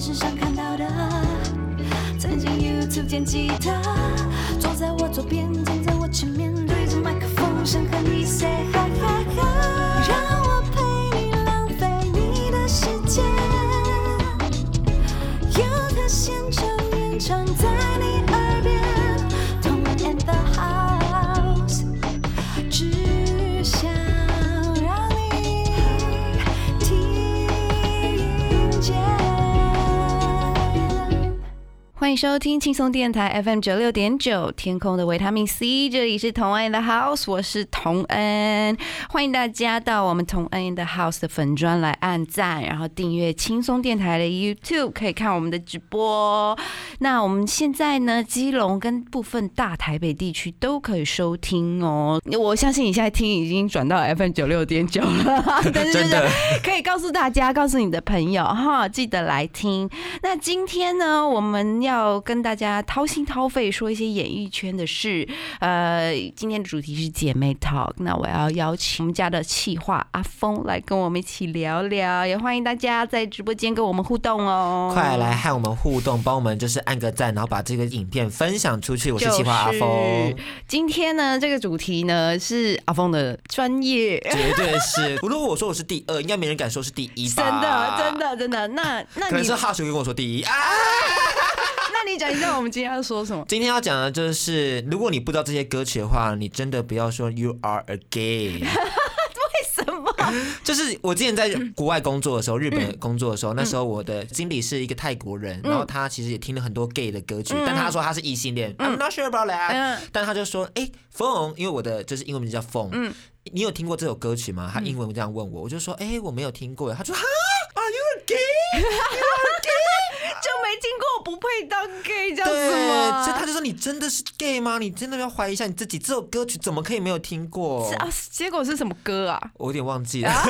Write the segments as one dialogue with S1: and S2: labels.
S1: 视上看到的。曾经 YouTube 捡吉他，坐在我左边，站在我前面，对着麦克风想和你 say hi hi hi，让我陪你浪费你的时间，有个现场演唱在你耳边，Tom and the House。只想让你听见。
S2: 欢迎收听轻松电台 FM 九六点九，天空的维他命 C，这里是同恩的 House，我是同恩，欢迎大家到我们同恩的 House 的粉砖来按赞，然后订阅轻松电台的 YouTube，可以看我们的直播。那我们现在呢，基隆跟部分大台北地区都可以收听哦。我相信你现在听已经转到 FM 九六点九 了，但是就是
S3: 真的，
S2: 可以告诉大家，告诉你的朋友哈，记得来听。那今天呢，我们要跟大家掏心掏肺说一些演艺圈的事。呃，今天的主题是姐妹 talk，那我要邀请我们家的企划阿峰来跟我们一起聊聊，也欢迎大家在直播间跟我们互动哦。
S3: 快来和我们互动，帮我们就是按个赞，然后把这个影片分享出去。我是企划阿
S2: 就
S3: 峰，
S2: 是今天呢，这个主题呢是阿峰的专业。
S3: 绝对是。如果我说我是第二，应该没人敢说是第一
S2: 真
S3: 吧？
S2: 的，真，的，真的。那那
S3: 可能
S2: 你
S3: 是，哈叔跟我说第一啊。
S2: 那你讲一下我们今天要说什么？
S3: 今天要讲的就是，如果你不知道这些歌曲的话，你真的不要说 You are a gay。
S2: 为 什么？
S3: 就是我之前在
S2: 嗯
S3: 国外工作的时候，日本工作的时候，那时候我的经理是一个泰国人，
S2: 嗯
S3: 然后他其实也听了很多 gay 的歌曲，但他说他是异性恋、i m not sure about that、
S2: 嗯
S3: 但他就说，哎、凤，因为我的就是英文名叫凤，
S2: 嗯
S3: 你有听过这首歌曲吗？他英文这样问我，我就说，哎、我没有听过。他说，哈，Are you a gay？
S2: 就没听过，我不配当 gay 这样
S3: 对，
S2: 子吗？
S3: 所以他就说，你真的是 gay 吗？你真的要怀疑一下你自己，这首歌曲怎么可以没有听过
S2: 是？啊，结果是什么歌 啊？
S3: 我有点忘记了。
S2: 啊，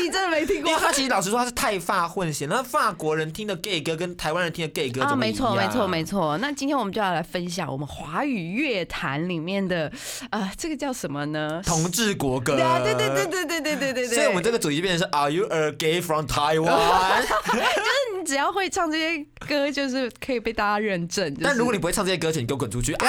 S2: 你真的没听
S3: 因为他其实老实说他是泰法混血，那法国人听的 gay 歌跟台湾人听的 gay 歌
S2: 啊，
S3: 怎么
S2: 没
S3: 一
S2: 错，
S3: 样？
S2: 没错，没错。那今天我们就要来分享我们华语乐坛里面的，呃，这个叫什么呢？
S3: 同志国歌。
S2: 对啊，对对对。对对对对对对。
S3: 所以我们这个主题变成是 Are you a gay from Taiwan？
S2: 你嗯只要会唱这些歌，就是可以被大家认证。就是
S3: 但如果你不会唱这些歌曲，你给我滚出去！啊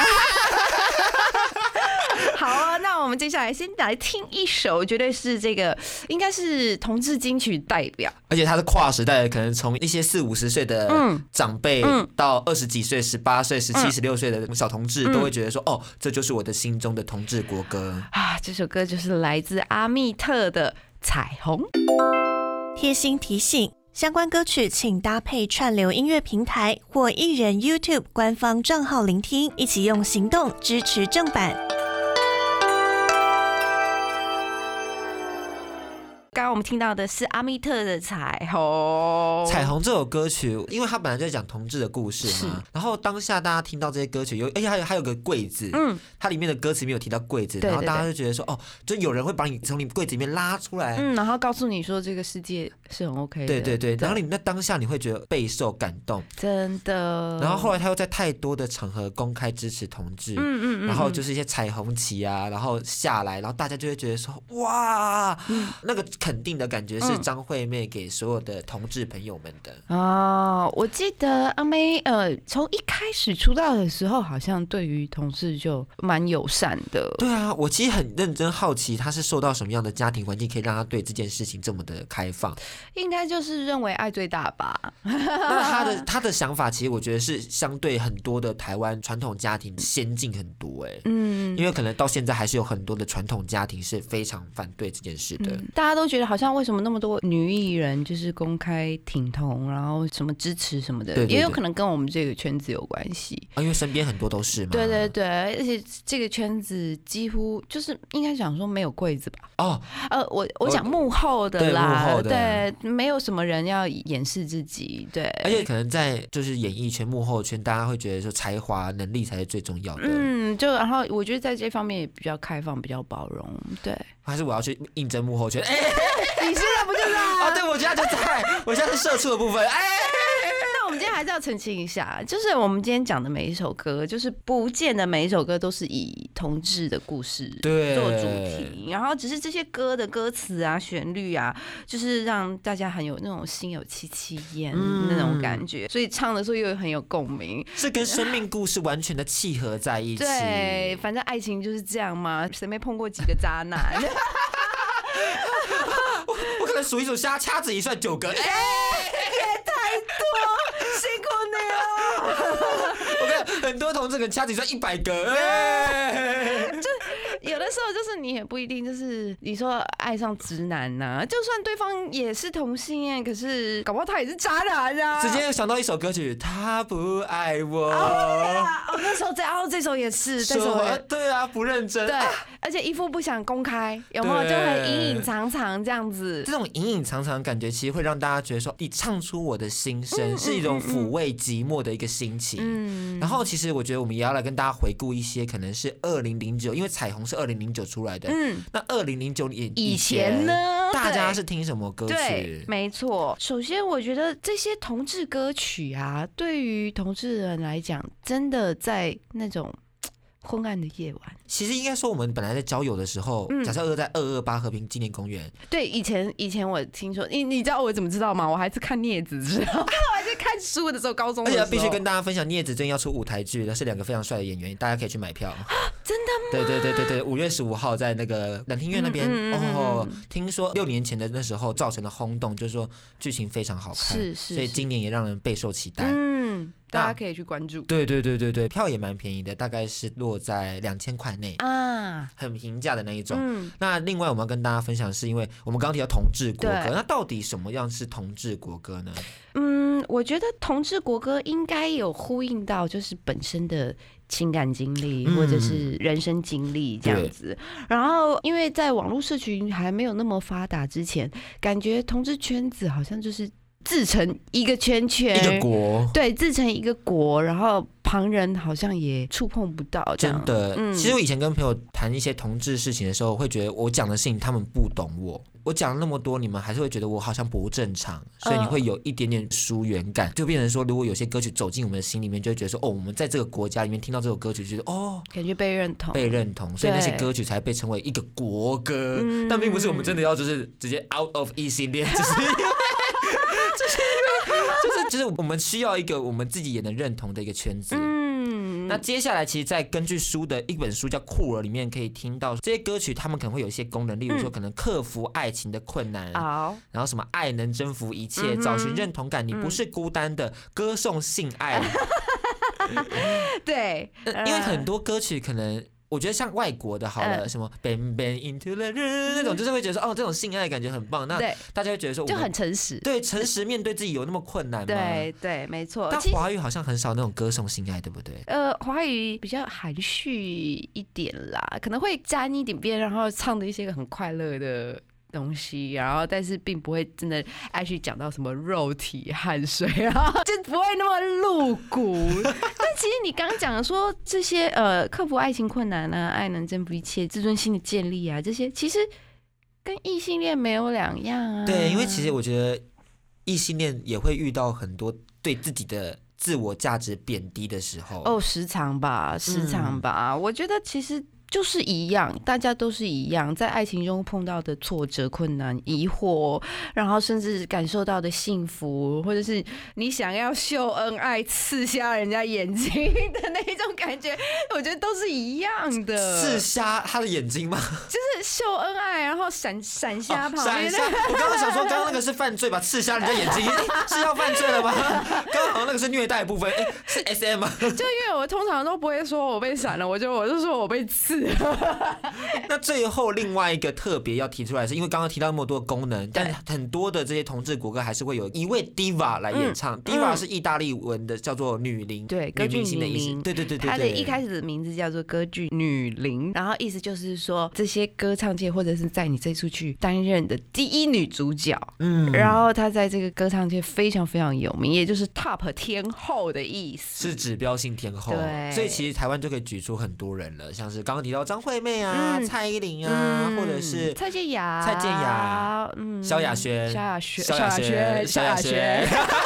S2: 好啊，那我们接下来先来听一首，绝对是这个应该是同志金曲代表。
S3: 而且他是跨时代的，可能从一些四五十岁的
S2: 嗯
S3: 长辈到二十几岁、十八岁、十七、十六岁的小同
S2: 嗯
S3: 志，都会觉得说，哦，这就是我的心中的同志国歌。
S2: 啊，这首歌就是来自阿密特的《彩虹》。
S4: 贴心提醒：相关歌曲请搭配串流音乐平台或艺人 YouTube 官方账号聆听，一起用行动支持正版。
S2: 刚刚我们听到的是阿密特的《彩虹》，
S3: 彩虹这首歌曲，因为它本来就在讲同志的故事嘛，然后当下大家听到这些歌曲，有而且还有还有个柜子，嗯，它里面的歌词里面有提到柜子，
S2: 对
S3: 然后
S2: 对
S3: 大家就觉得说，哦，就有人会把你从你柜子里面拉出来，
S2: 嗯，然后告诉你说这个世界是很 OK 的，
S3: 哎对对对，然后你那当下你会觉得备受感动，
S2: 真的。
S3: 然后后来他又在太多的场合公开支持同志，
S2: 嗯，嗯嗯嗯，
S3: 然后就是一些彩虹旗啊，然后下来，然后大家就会觉得说，哇，那个肯定的感觉是
S2: 嗯
S3: 张惠妹给所有的同志朋友们的。
S2: 哦，我记得阿妹呃，从一开始出道的时候，好像对于同事就蛮友善的。
S3: 对啊，我其实很认真好奇，他是受到什么样的家庭环境，可以让他对这件事情这么的开放？
S2: 应该就是认为爱最大吧。
S3: 那他 的他的想法，其实我觉得是相对很多的台湾传统家庭先进很多哎、
S2: 嗯，
S3: 因为可能到现在还是有很多的传统家庭是非常反对这件事的。
S2: 大家都觉得好像为什么那么多女艺人就是公开挺同，然后什么支持什么的，
S3: 对对
S2: 也有
S3: 对
S2: 可能跟我们这个圈子有关系。
S3: 啊因为身边很多都是嘛。
S2: 对对对，而且这个圈子几乎就是应该讲说没有柜子吧？
S3: 哦，
S2: 呃，我我讲幕后的
S3: 对
S2: 啦，
S3: 幕后的
S2: 对没有什么人要掩饰自己，对，
S3: 而且可能在就是演艺圈幕后圈，大家会觉得说才华能力才是最重要的。
S2: 嗯，就然后我觉得在这方面也比较开放，比较包容，对。
S3: 还是我要去应征幕后圈？哎、
S2: 你现在不就是啊？
S3: 哦 哦，对，我现在就在，我现在是社畜的部分。哎、
S2: 那我们今天还是要澄清一下，就是我们今天讲的每一首歌，就是不见得每一首歌都是以同志的故事
S3: 对
S2: 做主题，然后只是这些歌的歌词啊、旋律啊，就是让大家很有那种心有戚戚焉那种感觉，所以唱的时候又很有共鸣。
S3: 这跟生命故事完全的契合在一起。
S2: 对，反正爱情就是这样嘛，谁没碰过几个渣男？
S3: 我可能数一数瞎掐指一算九个，哎、
S2: 辛苦你了。
S3: 我看很多同志可能掐指一算一百个，哎、
S2: 有的时候就是你也不一定就是你说爱上直男呐、就算对方也是同性恋，可是搞不好他也是渣男啊。
S3: 直接想到一首歌曲，他不爱我，
S2: 啊，哦，那时候这哦这首也是，这
S3: 说
S2: 首
S3: 我
S2: 也
S3: 对啊不认真，
S2: 对
S3: 啊，
S2: 而且一副不想公开，有没有
S3: 对
S2: 就很隐隐藏藏这样子
S3: 这？种隐隐藏藏的感觉，其实会让大家觉得说，你唱出我的心声，是一种抚慰寂寞的一个心情。
S2: 嗯
S3: 然后，其实我觉得我们也要来跟大家回顾一些，可能是二零零九，因为彩虹是二零零九出来的。
S2: 嗯，
S3: 那二零零九年
S2: 以前
S3: 前
S2: 呢
S3: 大家
S2: 对
S3: 是听什么歌
S2: 对
S3: 曲，？
S2: 没错。首先，我觉得这些同志歌曲啊，对于同志人来讲，真的在那种昏暗的夜晚。
S3: 其实应该说，我们本来在交友的时候，
S2: 嗯
S3: 假设二在二二八和平纪念公园，
S2: 对，以前以前我听说，你你知道我怎么知道吗？我还是看镊子知道， 我还是看书的时候，高中的
S3: 而
S2: 时
S3: 且
S2: 候，
S3: 必须跟大家分享，聂子最近要出舞台剧，那是两个非常帅的演员，大家可以去买票。
S2: 啊真的吗？
S3: 对对对对对，五月十五号在那个两厅院那边、
S2: 嗯嗯嗯嗯
S3: 哦，听说六年前的那时候造成了轰动，就是说剧情非常好看，
S2: 是是
S3: 所以
S2: 是
S3: 今年啊也让人备受期待。
S2: 嗯，
S3: 那
S2: 大家可以去关注
S3: 对对对对对，票也蛮便宜的，大概是落在两千块内，
S2: 啊，
S3: 很平价的那一种。
S2: 嗯
S3: 那另外我们要跟大家分享，是因为我们刚刚提到同志国歌
S2: 对，
S3: 那到底什么样是同志国歌呢？
S2: 嗯，我觉得同志国歌应该有呼应到就是本身的情感经历
S3: 嗯
S2: 或者是人生经历这样
S3: 对
S2: 子。然后，因为在网络社群还没有那么发达之前，感觉同志圈子好像就是自成一个圈圈，
S3: 一个国。
S2: 对，自成一个国，然后旁人好像也触碰不到这样，
S3: 真的，
S2: 嗯
S3: 其实我以前跟朋友谈一些同志事情的时候，会觉得我讲的事情他们不懂我，我讲了那么多，你们还是会觉得我好像不正常，
S2: 嗯
S3: 所以你会有一点点疏远感，就变成说，如果有些歌曲走进我们的心里面，就会觉得说，哦，我们在这个国家里面听到这首歌曲，觉得哦。
S2: 感觉被认同。
S3: 被认同，所以那些
S2: 对嗯
S3: 歌曲才被称为一个国歌，但并不是我们真的要就是直接 out of 异性恋，只是因为 就是就是就是我们需要一个我们自己也能认同的一个圈子。
S2: 嗯，
S3: 那接下来，其实，在根据书的一本书叫《酷儿》里面，可以听到这些歌曲，他们可能会有一些功能，例
S2: 嗯
S3: 如说，可能克服爱情的困难，
S2: 好，
S3: 然后什么爱能征服一切，
S2: 啊嗯哼
S3: 找寻认同感，你不是孤单的，歌颂性 爱。呃
S2: 对，
S3: 因为很多歌曲可能。我觉得像外国的，好了，
S2: 嗯
S3: 什么 Bang Bang Into the Room 那种，就是会觉得说，哦，这种性爱的感觉很棒。那
S2: 对，
S3: 大家会觉得说，我
S2: 就
S3: 们
S2: 很诚实。
S3: 对诚实面对自己有那么困难吗？
S2: 对对，没错。
S3: 但
S2: 其实
S3: 华语好像很少那种歌颂性爱，对不对？
S2: 呃，华语比较含蓄一点啦，可能会沾一点边，然后唱的一些很快乐的。东西，然后但是并不会真的爱去讲到什么肉体汗水啊， 就不会那么露 骨。但其实你刚刚讲的说这些呃，克服爱情困难啊，爱能征服一切，自尊心的建立啊，这些其实跟异性恋没有两样啊。
S3: 对，因为其实我觉得异性恋也会遇到很多对自己的自我价值贬低的时候。
S2: 哦，时长吧，时
S3: 嗯
S2: 长吧，我觉得其实。就是一样，大家都是一样，在爱情中碰到的挫折、困难、疑惑，然后甚至感受到的幸福，或者是你想要秀恩爱、刺瞎人家眼睛的那一种感觉，我觉得都是一样的。
S3: 刺瞎他的眼睛吗？
S2: 就是秀恩爱，然后闪闪瞎旁
S3: 哦闪
S2: 边
S3: 一
S2: 的
S3: 下！我刚刚想说，刚刚那个是犯罪吧？刺瞎人家眼睛诶是要犯罪了吗？ 刚刚好像那个是虐待的部分，诶是 S M 吗？
S2: 就因为我通常都不会说我被闪了，我就我就说我被刺了。
S3: 那最后另外一个特别要提出来是，因为刚刚提到那么多功能，但很多的这些同志国歌还是会有一位 diva 来演唱。diva 是意大利文的，叫做女伶，
S2: 嗯对歌
S3: 女
S2: 剧
S3: 明星的意
S2: 女
S3: 思
S2: 伶。
S3: 对对对对对。
S2: 它的一开始的名字叫做歌剧女伶，然后意思就是说，这些歌唱界或者是在你这出剧担任的第一女主角，
S3: 嗯
S2: 然后她在这个歌唱界非常非常有名，也就是 top 天后的意思。
S3: 是指标性天后，
S2: 对
S3: 所以其实台湾就可以举出很多人了，像是刚刚提到张惠妹啊、
S2: 嗯
S3: 蔡依林啊，或者是
S2: 蔡健雅、
S3: 蔡健雅
S2: 嗯
S3: 萧亚轩
S2: 萧亚轩、
S3: 萧亚轩、
S2: 萧亚轩、啊
S3: 萧亚轩。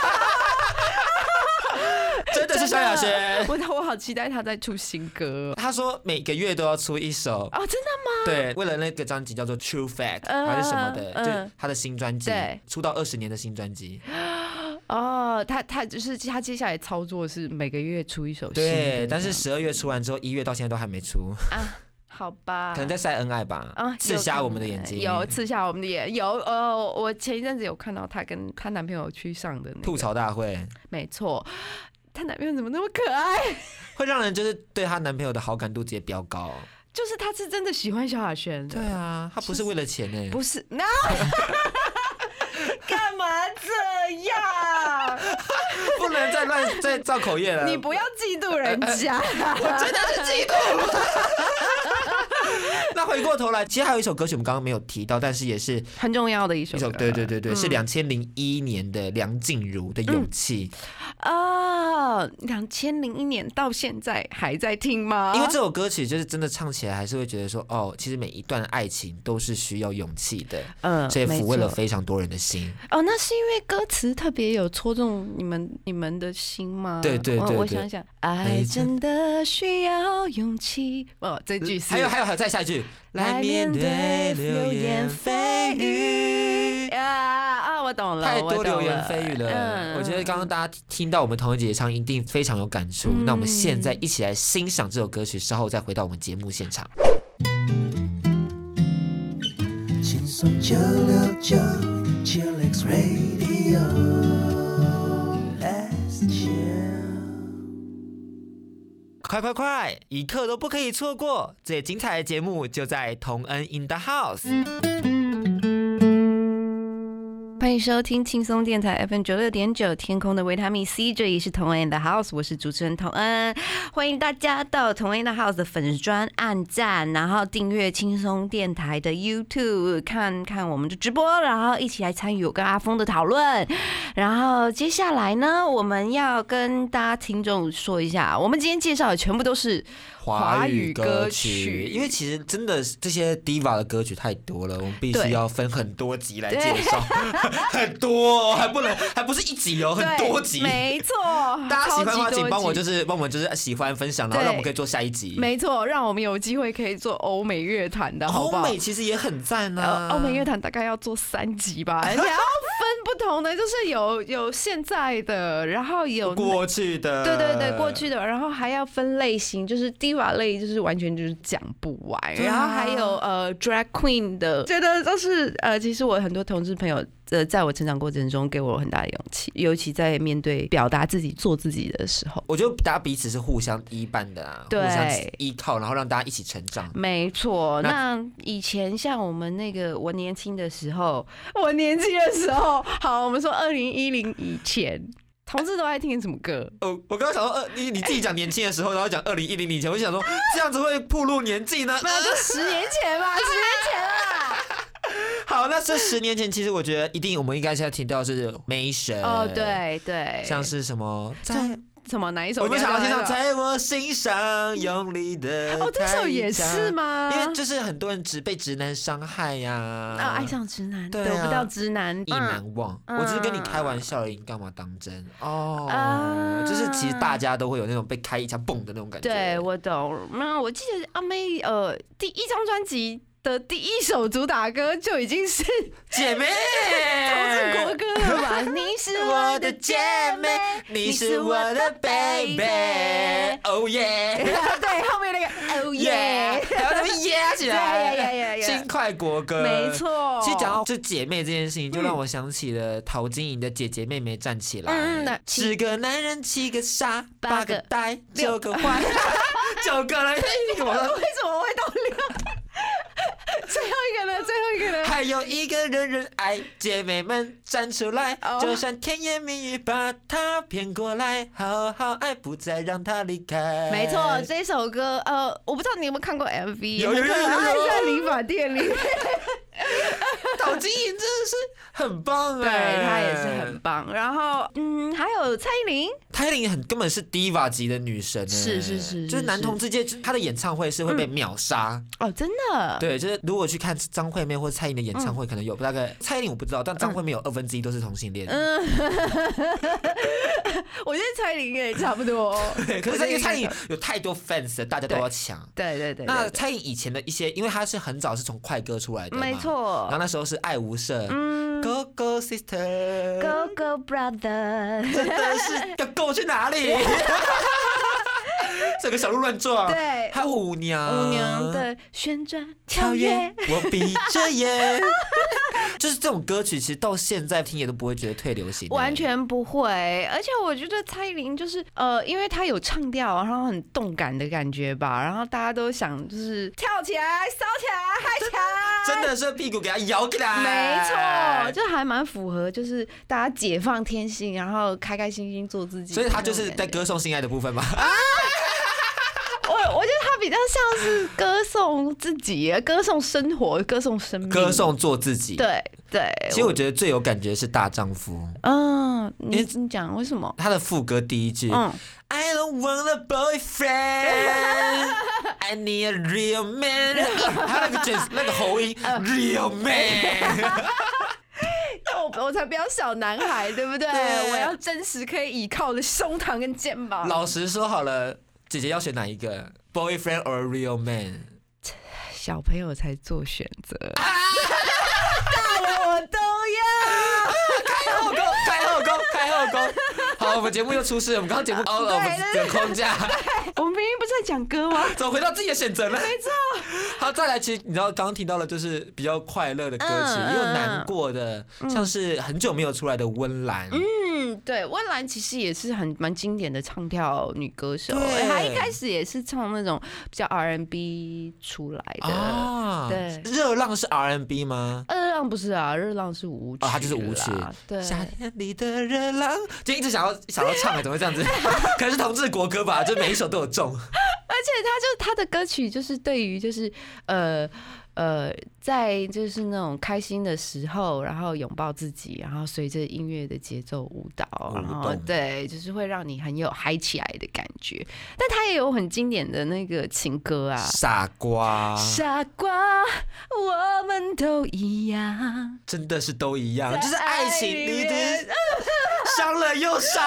S3: 萧亚轩
S2: 我我好期待他在出新歌
S3: 他说每个月都要出一首，
S2: 哦，真的吗？
S3: 对，为了那个专辑叫做《True Fact》
S2: 嗯
S3: 还是什么的，
S2: 嗯
S3: 就是他的新专辑
S2: 对，
S3: 出道二十年的新专辑。
S2: 哦，他他就是他接下来操作是每个月出一首新歌这
S3: 对，
S2: 样，
S3: 但是十二月出完之后，一月到现在都还没出，
S2: 啊，好吧，
S3: 可能在晒恩爱吧
S2: 啊，，
S3: 刺
S2: 有可
S3: 瞎我们的
S2: 能
S3: 眼睛，
S2: 有刺瞎我们的眼，有呃，我前一阵子有看到她跟她男朋友去上的那
S3: 吐
S2: 个，
S3: 槽大会
S2: 没错，她男朋友怎么那么可爱？
S3: 会让人就是对她男朋友的好感度直接飙高。
S2: 就是她是真的喜欢萧亚轩的，
S3: 对啊，她不是为了钱呢，
S2: 不是那。 干嘛这 样？
S3: 不能再 乱再造口业了。
S2: 你不要嫉妒人家。
S3: 呃真的是嫉妒。那回过头来，其实还有一首歌曲我们刚刚没有提到，但是也是
S2: 很重要的一
S3: 一
S2: 首
S3: 首
S2: 歌，
S3: 对对对对，是两千零一年的梁静茹的《勇气》，
S2: 啊，两千零一年到现在还在听吗？
S3: 因为这首歌曲就是真的唱起来，还是会觉得说，哦，其实每一段爱情都是需要勇气的，
S2: 嗯
S3: 所以抚慰了
S2: 没错
S3: 非常多人的心。
S2: 哦，那是因为歌词特别有戳中你们你们的心吗？哦
S3: 对对对
S2: 我我
S3: 对哎
S2: 想想，爱真的需要勇气。哦，这句是
S3: 还有还有还有，再下一句，来面对流言蜚语。
S2: 啊啊，我懂了，
S3: 太
S2: 我
S3: 多
S2: 懂了嗯
S3: 流言蜚语了，我觉得刚刚大家听到我们童人姐唱一定非常有感触。
S2: 嗯
S3: 那我们现在一起来欣赏这首歌曲，稍后再回到我们节目现场。
S5: 轻松九六九 c h i l x Radio。Let's chill
S3: 快快快，一刻都不可以错过！最精彩的节目就在同恩 in the house。
S2: 欢迎收听轻松电台 FM 九六点九天空的维他命 C，这里是同恩 in the house，我是主持人同恩，欢迎大家到同恩 in the house 的粉砖按赞，然后订阅轻松电台的 YouTube 看看我们的直播，然后一起来参与我跟阿峰的讨论。然后接下来呢，我们要跟大家听众说一下，我们今天介绍的全部都是华语歌曲
S3: 因为其实真的是这些 diva 的歌曲太多了，我们必须
S2: 对
S3: 要分很多集来
S2: 对
S3: 介绍， 很多哦还不能还不是一集哦，很多集
S2: 对。没错，
S3: 大家喜欢的话，
S2: 超级多
S3: 请帮我
S2: 集
S3: 就是帮我们就是喜欢分享，然后
S2: 对
S3: 让我们可以做下一集。
S2: 没错，让我们有机会可以做欧美乐团的，好
S3: 欧
S2: 不好？
S3: 美其实也很赞
S2: 呃，
S3: 啊，
S2: 欧美乐坛大概要做三集吧，而且要分不同的， 就是有有现在的，然后有
S3: 过去的，
S2: 对对对过去的，然后还要分类型，就是 diva 类就是完全就是讲不完，
S3: 对啊
S2: 然后还有呃 drag queen 的，觉得都是呃，其实我很多同志朋友呃，在我成长过程中给我很大的勇气，尤其在面对表达自己、做自己的时候。
S3: 我觉得大家彼此是互相依伴的啊，互
S2: 对
S3: 相依靠，然后让大家一起成长。
S2: 没错，
S3: 那
S2: 那以前像我们那个我年轻的时候，我年轻的时候，好，我们说二零一零以前，同志都爱听什么 歌？
S3: 哦，我刚刚想说，呃，你你自己讲年轻的时候，然后讲二零一零以前，我就想说这样子会暴露年纪呢。
S2: 没有，就十年前 吧，十年前啦。
S3: 好，那这十年前，其实我觉得一定我们应该现在听到的是 Mason，
S2: 哦，，对对，
S3: 像是什么在，
S2: 什么哪一首？
S3: 我们想要听
S2: 哪
S3: 到
S2: 一首
S3: 在我心上用力的
S2: 哦，这首也是？吗？
S3: 因为就是很多人只被直男伤害呀、
S2: 啊，爱上直男，
S3: 对
S2: 得
S3: 啊
S2: 不到直男，
S3: 意难忘。
S2: 嗯
S3: 我只是跟你开玩笑而已，你干嘛当真？哦，
S2: 啊
S3: 就是其实大家都会有那种被开一枪蹦的那种感觉。
S2: 对，我懂。那我记得阿妹呃第一张专辑的第一首主打歌就已经是
S3: 姐妹，
S2: 同志国歌了吧？你是我的
S3: 我的
S2: 姐
S3: 姐
S2: 妹
S3: 妹，，
S2: 你
S3: 你
S2: 是
S3: 是
S2: 我
S3: 我
S2: 的
S3: 的
S2: baby
S3: baby，。哦耶，
S2: 对，后面那个哦耶
S3: 耶，， 然后他们耶起
S2: 呀呀
S3: 来，
S2: 呀呀
S3: 新，快国歌，
S2: 没。错。
S3: 其实讲到这姐妹这件事情，就让我想起了陶晶莹的《姐姐妹妹站起来》。
S2: 嗯那七
S3: 十个男人七个傻，
S2: 八
S3: 八
S2: 个
S3: 个呆，
S2: 六
S3: 九个 坏，九个人。你怎么了
S2: 为什么会到六？ 最后一个呢？最后一个呢？
S3: 还哎有一个人人爱，姐妹们站出来
S2: 哦
S3: 就算甜言蜜语把她骗过来，好好爱，不再让她离开。
S2: 没错，这首歌呃，我不知道你有没有看过 MV，
S3: 有有有有有
S2: 爱在理发店里面。
S3: 陶晶莹真的是很棒
S2: 对
S3: 哎，
S2: 他也是很棒。然后，嗯，还有蔡依林，
S3: 蔡依林很根本是 diva 级的女神、欸，
S2: 是是是
S3: 就是是男同志界，就是她的演唱会是会被秒杀。
S2: 哦，真的，
S3: 对，就是如果去看张惠妹或蔡依林的演唱会，可能有大
S2: 嗯
S3: 概蔡依林我不知道，但张惠妹有二分之一都是同性恋。
S2: 我觉得蔡依林也差不多。
S3: 对，可
S2: 我
S3: 是
S2: 觉得
S3: 因为蔡依
S2: 应
S3: 林
S2: 该差
S3: 有太多 fans，了大家都
S2: 对
S3: 要抢。
S2: 对对对，
S3: 那
S2: 对
S3: 蔡依林以前的一些，因为她是很早是从快歌出来的嘛，
S2: 没错嗯
S3: 然后那时候是爱无赦、g o Go Sister，
S2: Go Go Brother，
S3: 真的是要 Go 去哪 里？整个小鹿乱撞，
S2: 对
S3: 还有舞娘，
S2: 舞娘的旋转
S3: 呃跳
S2: 跳
S3: 跃
S2: 跃，，
S3: 我闭着眼。 就是这种歌曲，其实到现在听也都不会觉得退流行、
S2: 完。全不会。而且我觉得蔡依林就是呃，因为她有唱调，然后很动感的感觉吧，然后大家都想就是跳起来、骚起来、嗨起来，
S3: 真的是屁股给它摇起 哎来，
S2: 没错，。就还蛮符合，就是大家解放天性，然后开开心心做自己。
S3: 所以他就是在，歌颂性爱的部分嘛。
S2: 我我觉得他比较像是歌颂自己、歌颂生活、歌颂生命、
S3: 歌。颂做自己。，
S2: 对对，
S3: 其实我觉得最有感觉是《大丈夫
S2: 嗯，你
S3: 因为
S2: 你讲为什么》，？
S3: 他的副歌第一句、
S2: 嗯，
S3: i don't want a boyfriend, I need a real man 。 他那个卷 那个喉音，real
S2: 嗯
S3: man。
S2: 那我我才不要小男孩，对不对？
S3: 对
S2: 我要真实可以倚靠的胸膛跟肩膀。
S3: 老实说好了，姐姐要选哪一个，boyfriend or real man？
S2: 小朋友才做选择，大了我都要。
S3: 开后宫，开后宫，开后宫。好，我们节目又出事了，我们刚刚节目凹了，我们
S2: 啊对
S3: 的 框架。
S2: 我们明明不是在讲歌吗？
S3: 怎么回到自己的选择呢？没错。好，再来，其实你知道刚刚听到了，就是比较快乐的歌曲，
S2: 嗯
S3: 也有难过的，像是很久没有出来的温岚。
S2: 嗯，对，温岚其实也是很蛮经典的唱跳女歌手，哎
S3: 对
S2: 她一开始也是唱那种比较 R&B 出来的。
S3: 啊
S2: 对
S3: 热浪是 R&B 吗？
S2: 热浪不是啊，热浪是舞曲
S3: 哦
S2: 啦，
S3: 它就是舞曲
S2: 对，
S3: 夏天里的热浪，就一直想要想要唱，啊怎么会 这样子？可能是同志国歌吧，就每一首都有中。
S2: 而且他就他的歌曲就是对于就是呃呃，在就是那种开心的时候，然后拥抱自己，然后随着音乐的节奏舞蹈，然后
S3: 动
S2: 对，就是会让你很有嗨起来的感觉。但他也有很经典的那个情歌啊。
S3: 傻瓜，
S2: 傻瓜，我们都一样。
S3: 真的是都一样，
S2: 在
S3: 就是爱情
S2: 爱
S3: 里
S2: 里
S3: 的
S2: 面
S3: 伤了又伤。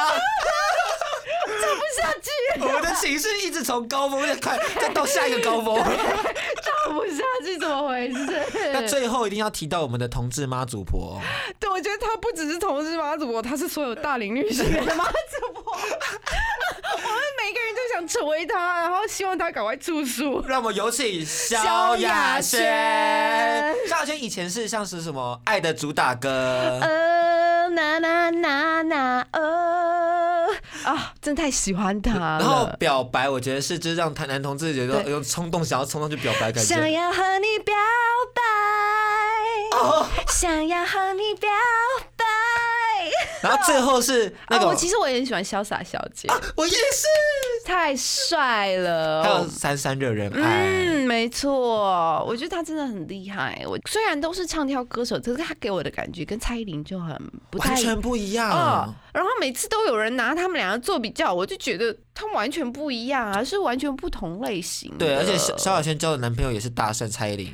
S2: 不下去，
S3: 我们的情绪一直从高峰 再快，再到下一个高峰。
S2: 唱不下去，怎么回事？
S3: 那最后一定要提到我们的同志妈祖婆，
S2: 对，我觉得她不只是同志妈祖婆，她是所有大龄女性的妈祖 婆。我们每个人都想成为她，然后希望她赶快住宿。
S3: 让我们有请萧
S2: 萧
S3: 亚
S2: 亚
S3: 轩
S2: 轩。
S3: 萧亚轩以前是像是什么《爱的主打歌》
S2: 呃，那那那那呃，啊，真太喜欢她
S3: 然后
S2: 了。
S3: 表白，我觉得是就是让台男同志觉得
S2: 对
S3: 有冲动，想要冲上去表白感
S2: 想
S3: 觉。
S2: 要和你表白，
S3: 哦
S2: 想要和你表白。
S3: 然后最后是那个，
S2: 哦，我其实我也很喜欢潇洒小姐，
S3: 我也是，
S2: 太帅了。
S3: 还有三三惹人爱。
S2: 哦嗯，没错，我觉得他真的很厉害。我虽然都是唱跳歌手，可是他给我的感觉跟蔡依林就很不太
S3: 完
S2: 一样。
S3: 全不
S2: 哦
S3: 一样，，
S2: 然后每次都有人拿他们两个做比较，我就觉得他们完全不一样啊，是完全不同类型的。啊
S3: 嗯对，而且萧萧亚轩交的男朋友也是大胜蔡依 林，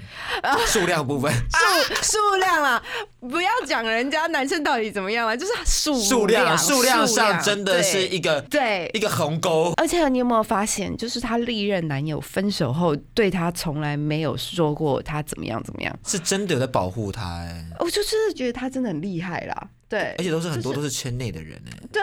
S3: 数量部分，
S2: 数数量啊，不要讲人家男生到底怎么样了，啊就是数
S3: 数量数量上真的是
S2: 对
S3: 一个
S2: 对
S3: 一个鸿沟，
S2: 而且你有没有发现，就是她历任男友分手后，对她从来没有说过她怎么样怎么样。
S3: 是真的有在保护他哎。
S2: 我就真的觉得她真的很厉害啦，对
S3: 而且都是很多都是圈内的人哎、
S2: 对，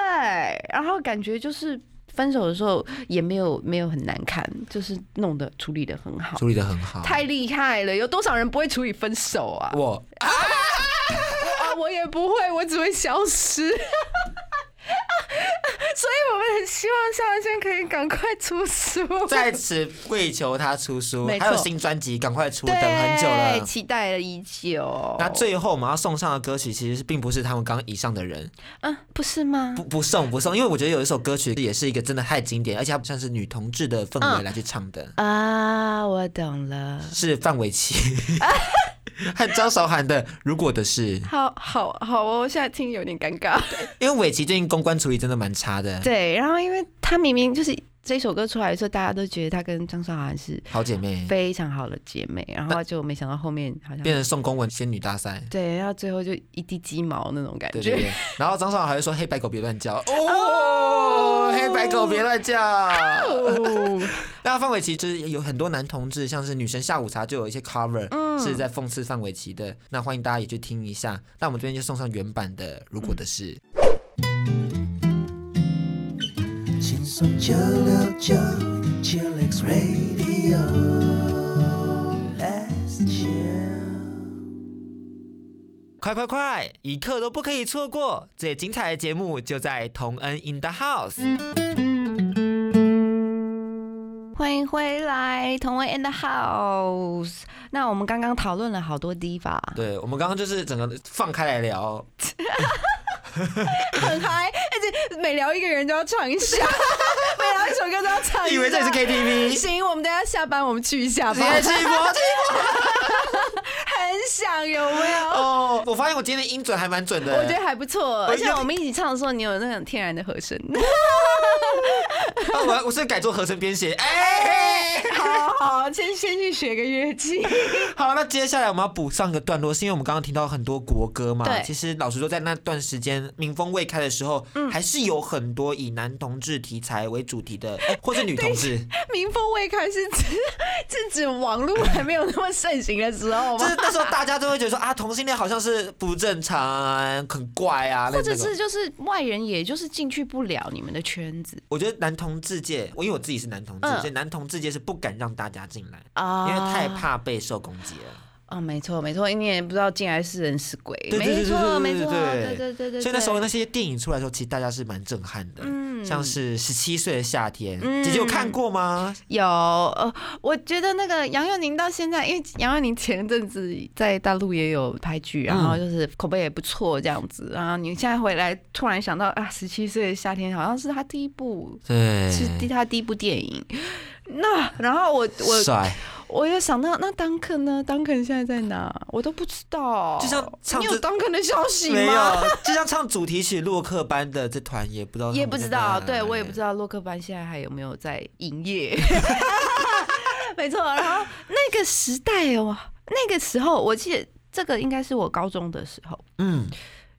S2: 然后感觉就是分手的时候也没有没有很难看，就是弄得处理的很好，
S3: 处理的很好。
S2: 太厉害了！有多少人不会处理分手啊？
S3: 我
S2: 啊，我也不会，我只会消失。 啊所以我们很希望萧亚轩可以赶快出书，
S3: 在此跪求他出书
S2: 没，错
S3: 还有新专辑赶快出，
S2: 对
S3: 等很久了。
S2: 期待了已久。
S3: 那最后我们要送上的歌曲，其实并不是他们刚刚以上的人，
S2: 嗯，不是吗？
S3: 不不送不送，因为我觉得有一首歌曲也是一个真的太经典，而且它不像是女同志的氛围来去唱的，
S2: 啊，我懂了。
S3: 是范玮琪。 和张韶涵的《如果的事》，
S2: 好好好哦，我现在听有点尴尬。
S3: 因为尾崎最近公关处理真的蛮差的。
S2: 对，然后因为他明明就是这首歌出来的时候，大家都觉得他跟张韶涵是
S3: 好姐妹
S2: 非常好的姐妹，然后就没想到后面好像
S3: 变成宋公文仙女大赛，
S2: 对，然后最后就一地鸡毛那种感
S3: 对
S2: 觉。
S3: 对对。然后张韶涵还会说黑白狗别乱叫哦，黑白狗别乱叫。
S2: 哦
S3: 那范玮琪就是有很多男同志，像是女神下午茶就有一些 cover、
S2: 嗯
S3: 是在讽刺范玮琪的，那欢迎大家也去听一下。那我们这边就送上原版的《如果的事》。
S5: 轻松九六九 c h i l x Radio，Let's chill。
S3: 快快快，一刻都不可以错过！最精彩的节目就在同恩 in the house。
S2: 欢迎回来，同为 in the house。那我们刚刚讨论了好多 diva，
S3: 对我们刚刚就是整个放开来聊，
S2: 很嗨，而且每聊一个人就要唱一下， 每聊一首歌都要唱一下。
S3: 以为这里是 KTV。
S2: 行，我们等一下下班我们去一下吧，
S3: 别
S2: 很
S3: 气我气
S2: 想有没有？
S3: 哦！我发现我今天的音准还蛮准的。
S2: 我觉得还不错，而且
S3: 觉得
S2: 我们一起唱的时候，你有那种天然的和声。
S3: 啊我我是改做合成编写。哎、
S2: 好好，先先去学个乐 器。
S3: 好，那接下来我们要补上个段落，是因为我们刚刚听到很多国歌嘛。
S2: 对
S3: 其实老实说，在那段时间民风未开的时候，还是有很多以男同志题材为主题的，哎或是女同志。
S2: 民风未开是指 是指网络还没有那么盛行的时候
S3: 就是
S2: 吗？
S3: 那时候大家都会觉得说啊，同性恋好像是不正常、啊，很怪啊，
S2: 或
S3: 那
S2: 者
S3: 这
S2: 是
S3: 个。
S2: 就是外人，也就是进去不了你们的圈子
S3: 我觉得男同志界，我因为我自己是男同志，
S2: 嗯
S3: 所以男同志界是不敢让大家进来，
S2: 啊
S3: 因为太怕被受攻击了。
S2: 啊、没错没错，你也不知道进来是人是鬼，
S3: 对对
S2: 没
S3: 对对
S2: 错
S3: 对对
S2: 没错，
S3: 对
S2: 对对对对。
S3: 所以那时候那些电影出来的时候，其实大家是蛮震撼的，像是《十七岁的夏天》
S2: 嗯
S3: 姐姐有看过吗？
S2: 有呃，我觉得那个杨佑宁到现在，因为杨佑宁前阵子在大陆也有拍剧，
S3: 嗯
S2: 然后就是口碑也不错这样子，然后你现在回来突然想到啊，十七岁的夏天好像是他第一部。
S3: 对，
S2: 是第他第一部电影，那然后我我
S3: 帅，
S2: 我又想到，那当肯呢？当肯现在在哪？我都不知道。
S3: 就像唱
S2: 你
S3: 这
S2: 有当肯的消息
S3: 没
S2: 吗？
S3: 有，就像唱主题曲《洛克班》的这团也不知道，
S2: 也不知道，对我也不知
S3: 道。
S2: 道洛克班现在还有没有在营 业。没错，然后那个时代哦，那个时候我记得这个应该是我高中的时候，
S3: 嗯，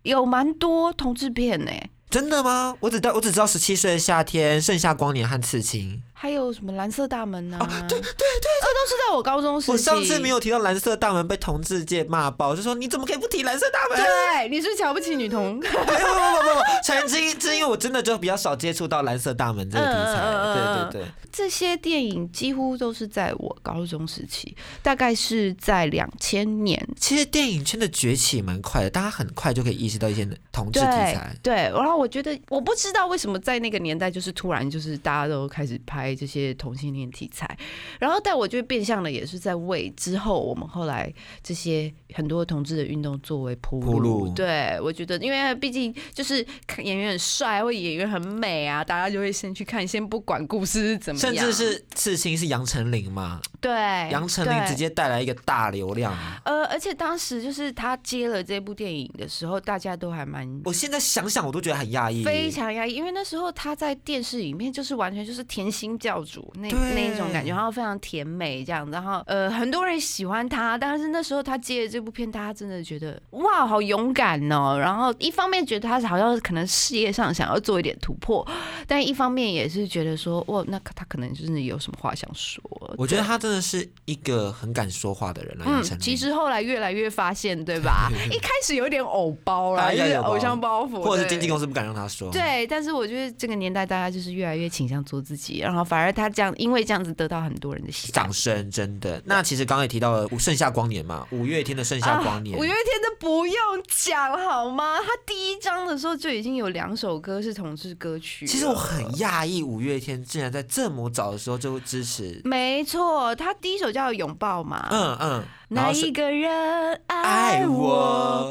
S2: 有蛮多同志片呢、
S3: 真的吗？我只知道我只知道十七岁的夏天、盛夏光年和刺青。
S2: 还有什么蓝色大门
S3: 哦
S2: 呐、啊对对对都是在我高中时期。
S3: 我上次没有提到蓝色大门被同志界骂爆，就说你怎么可以不提蓝色大门？
S2: 对，你是瞧不起女童？
S3: 不不不不，曾经是因为我真的就比较少接触到蓝色大门这个题
S2: 嗯嗯
S3: 材，
S2: 嗯嗯
S3: 对对对。
S2: 这些电影几乎都是在我高中时期，大概是在两千年。
S3: 其实电影圈的崛起蛮快的，大家很快就可以意识到一些同志题
S2: 对
S3: 材。
S2: 对，然后我觉得我不知道为什么在那个年代，就是突然就是大家都开始拍这些同性恋题材，然后但我觉得变相的也是在为之后我们后来这些很多同志的运动作为铺
S3: 铺路
S2: 对，我觉得因为毕竟就是看演员很帅或演员很美啊，大家就会先去看，先不管故事是怎么
S3: 甚
S2: 样，
S3: 至是刺青是杨丞琳嘛，
S2: 对
S3: 杨丞琳
S2: 对
S3: 直接带来一个大流量。
S2: 呃，而且当时就是他接了这部电影的时候，大家都还蛮
S3: 我现在想想，我都觉得很讶异。
S2: 非常压抑，因为那时候他在电视里面就是完全就是甜心教主那
S3: 对
S2: 那一种感觉，然后非常甜美这样，然后呃很多人喜欢他，但是那时候他接了这部片，大家真的觉得哇好勇敢哦，然后一方面觉得他好像可能事业上想要做一点突破，但一方面也是觉得说哇那他可能就是有什么话想说，
S3: 我觉得他真的是一个很敢说话的人了。杨丞琳
S2: 嗯其实后来越来越发现，对 吧？一开始有点偶包啦，
S3: 啊
S2: 就
S3: 要
S2: 是
S3: 有包
S2: 偶像包袱，
S3: 或者
S2: 对
S3: 是经纪公司不敢让他说。，
S2: 对，但是我觉得这个年代大家就是越来越倾向做自己，然后反而他这样，因为这样子得到很多人的喜爱
S3: 掌。声真的。那其实刚刚也提到了《盛夏光年》嘛，五月天的《盛夏
S2: 啊
S3: 光年》
S2: 五月天的不用讲好吗？他第一章的时候就已经有两首歌是同志歌曲了。
S3: 其实我很讶异，五月天竟然在这么早的时候就支持。
S2: 没错，他第一首叫《拥抱》嘛。
S3: 嗯嗯，然
S2: 哪
S3: 后
S2: 一
S3: 是
S2: 个人爱
S3: 爱
S2: 我？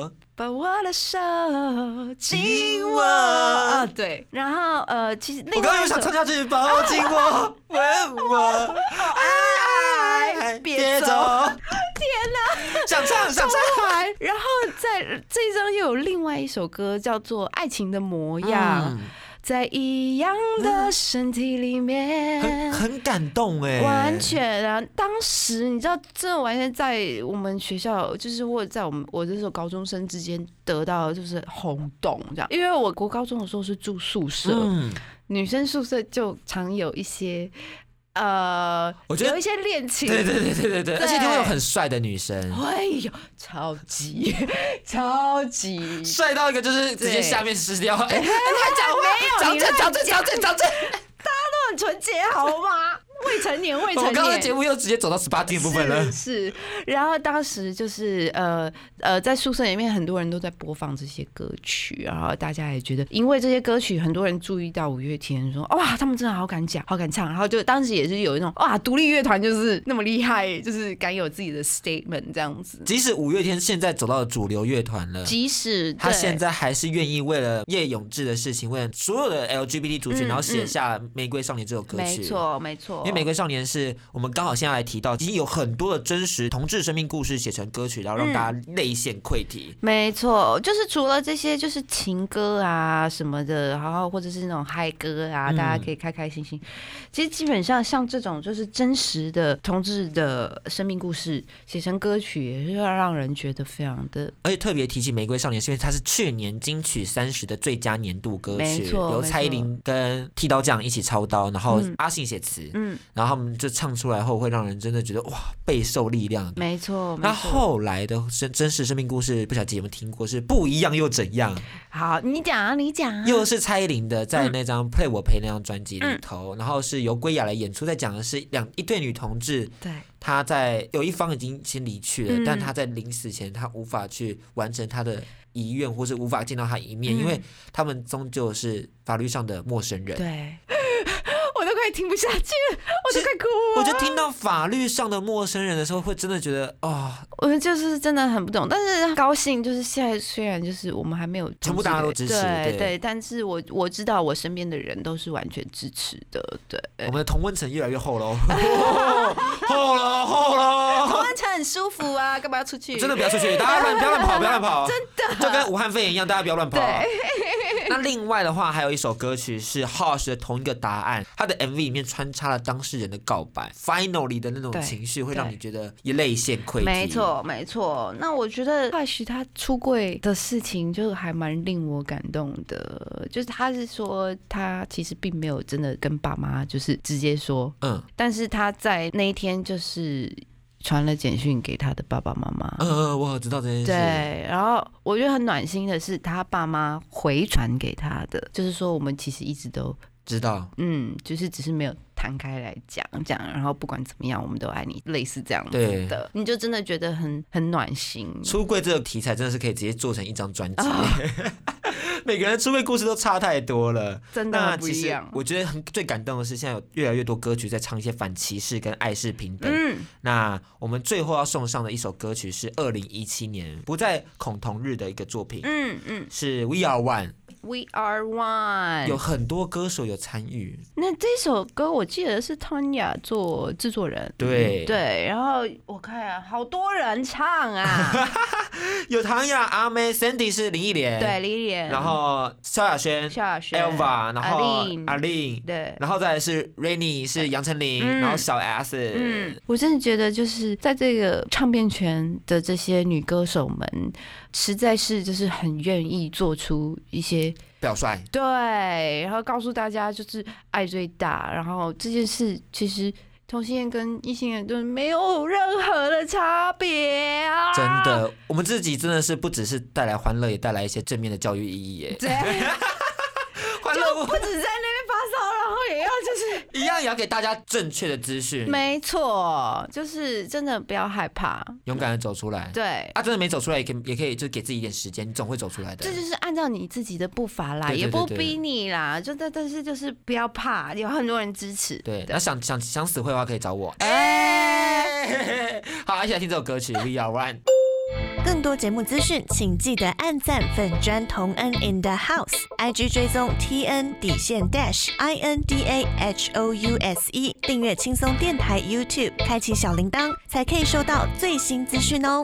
S3: 我，
S2: 把我的手紧
S3: 紧
S2: 握。
S3: 握
S2: 啊，对。然后呃，其实
S3: 我
S2: 另
S3: 刚刚
S2: 外
S3: 又
S2: 一首
S3: 想唱下去，抱紧我，吻我，爱
S2: 别走
S3: 天哪！想唱想唱，
S2: 来，然后在这一张又有另外一首歌叫做《爱情的模样》，
S3: 嗯
S2: 在一样的身体里面
S3: 很。很感动哎，
S2: 完全啊！当时你知道，真的完全在我们学校，就是或者在我们我那时候高中生之间得到就是轰动这样。因为我国高中的时候是住宿舍，
S3: 嗯，
S2: 女生宿舍就常有一些呃，
S3: 我觉得
S2: 有一些恋情，
S3: 对对对对对对，而且一定会有很帅的女生，
S2: 哎呦，超级 超级
S3: 帅到一个就是直接
S2: 对
S3: 下面撕掉，哎，哎你还讲话，
S2: 哎没有你
S3: 讲这
S2: 乱
S3: 讲这讲这讲这，
S2: 很纯洁好吗？未成年，未
S3: 我
S2: 成
S3: 们刚刚的
S2: 年。
S3: 节目又直接走到十八禁的部分了
S2: 是，是，然后当时就是呃呃，在宿舍里面，很多人都在播放这些歌曲，然后大家也觉得，因为这些歌曲，很多人注意到五月天，说哇，他们真的好敢讲，好敢唱，然后就当时也是有一种哇，独立乐团就是那么厉害，就是敢有自己的 statement 这样子。
S3: 即使五月天现在走到了主流乐团了。
S2: 即使
S3: 他
S2: 对
S3: 现在还是愿意为了叶永志的事情，为了所有的 LGBT 族
S2: 嗯
S3: 群，然后写下《玫瑰少年》这首歌
S2: 没
S3: 曲。
S2: 错没错，
S3: 因为《玫瑰少年》是我们刚好现在来提到，已经有很多的真实同志生命故事写成歌曲，
S2: 嗯
S3: 然后让大家泪腺溃堤。
S2: 没错，就是除了这些，就是情歌啊什么的，然后或者是那种嗨歌啊，
S3: 嗯
S2: 大家可以开开心心。其实基本上像这种就是真实的同志的生命故事，写成歌曲也是要让人觉得非常的
S3: 而且特别提起《玫瑰少年》，是因为它是去年金曲三十的最佳年度歌
S2: 没
S3: 曲，
S2: 错
S3: 由
S2: 没
S3: 蔡依林跟剃刀匠一起操刀，然后
S2: 嗯
S3: 阿信写词，
S2: 嗯，
S3: 然后他们就唱出来后，会让人真的觉得哇，备受力量。
S2: 没错。没
S3: 那
S2: 错
S3: 后来的真真实生命故事，不晓得姐有没有听过？是不一样又怎样？
S2: 好，你讲啊，你讲啊，
S3: 又是蔡依林的，在那张《配我陪》那张专辑
S2: 嗯
S3: 里头，然后是由归雅来演出，在讲的是两一对女同志，
S2: 对，
S3: 她在有一方已经先离去了，
S2: 嗯
S3: 但她在临死前，她无法去完成她的遗愿，或是无法见到她一面，
S2: 嗯
S3: 因为他们终究是法律上的陌生人。
S2: 对， 我都快听不下去了，我都快哭了。
S3: 我就听到法律上的陌生人的时候，会真的觉得哦，
S2: 我就是真的很不懂，但是高兴就是现在虽然就是我们还没有
S3: 全部大家都支持
S2: 对
S3: 对
S2: 但是我我知道我身边的人都是完全支持的，对。
S3: 我们的同温层越来越厚 喽， 厚喽厚喽，
S2: 完全很舒服啊，干嘛要出去？
S3: 哦真的不要出去，大 家乱不要乱跑，不要乱跑，真
S2: 的
S3: 就跟武汉肺炎一样，大家不要乱跑啊
S2: 对。
S3: 那另外的话，还有一首歌曲是 Hush 的同一个答案，它的 MV 里面穿插了当事人的告白，Finally 的那种
S2: 对
S3: 情绪会让
S2: 对
S3: 你觉得一泪腺溃堤。
S2: 没，错，没错。那我觉得或许他出柜的事情，就还蛮令我感动的。就是他是说，他其实并没有真的跟爸妈就是直接说，
S3: 嗯
S2: 但是他在那一天就是传了简讯给他的爸爸妈妈。
S3: 嗯嗯，我知道这件事。
S2: 对，然后我觉得很暖心的是，他爸妈回传给他的，就是说我们其实一直都，
S3: 知道。
S2: 嗯，就是只是没有摊开来讲讲，然后不管怎么样，我们都爱你，类似这样子
S3: 对
S2: 的，你就真的觉得很很暖心。
S3: 出柜这个题材真的是可以直接做成一张专辑。
S2: 啊
S3: 每个人出柜故事都差太多了，
S2: 真的
S3: 那
S2: 不
S3: 其
S2: 一
S3: 实
S2: 样
S3: 我觉得很最感动的是，现在有越来越多歌曲在唱一些反歧视跟爱是平等。
S2: 嗯，
S3: 那我们最后要送上的一首歌曲是二零一七年不在恐同日的一个作品，
S2: 嗯嗯
S3: 是 We Are One，
S2: ，We are one。
S3: 有很多歌手有参与。
S2: 那这首歌我记得是 Tanya 做制作人，
S3: 对
S2: 对，然后我看啊，好多人唱 啊，
S3: 有唐雅、阿妹、Sandy 是林忆莲，
S2: 对，，李莲，
S3: 然后萧亚轩、
S2: 萧亚轩
S3: Elva，然后
S2: Alin
S3: 阿令，
S2: 对。
S3: 然后再来是 Rainy 是杨丞琳，
S2: 嗯
S3: 然后小 S，
S2: 嗯，我真的觉得就是在这个唱片圈的这些女歌手们，实在是就是很愿意做出一些
S3: 表率。
S2: 对，然后告诉大家就是爱最大，然后这件事其实同性恋跟异性恋都没有任何的差别啊，
S3: 真的，我们自己真的是不只是带来欢乐，也带来一些正面的教育意义耶。
S2: 对，
S3: 欢乐
S2: 就
S3: 我
S2: 不止在那边发烧，然后也要就是
S3: 一样也要给大家正确的资讯，
S2: 没错，就是真的不要害怕，
S3: 勇敢的走出来。
S2: 对。
S3: 啊，真的没走出来，也可以也可以，就给自己一点时间，你总会走出来的
S2: 这。就是按照你自己的步伐啦，
S3: 对对
S2: 也不
S3: 对对
S2: 逼你啦，就但但是就是不要怕，有很多人支持。
S3: 对，那想想想死会的话，可以找我。哎、嘿嘿嘿好，一起来听这首歌曲《We Are One》。
S4: 更多节目资讯，请记得按赞粉砖同恩 in the house，IG 追踪 T N 底线 dash I N D A H O U S E，订阅轻松电台 YouTube，开启小铃铛，才可以收到最新资讯哦。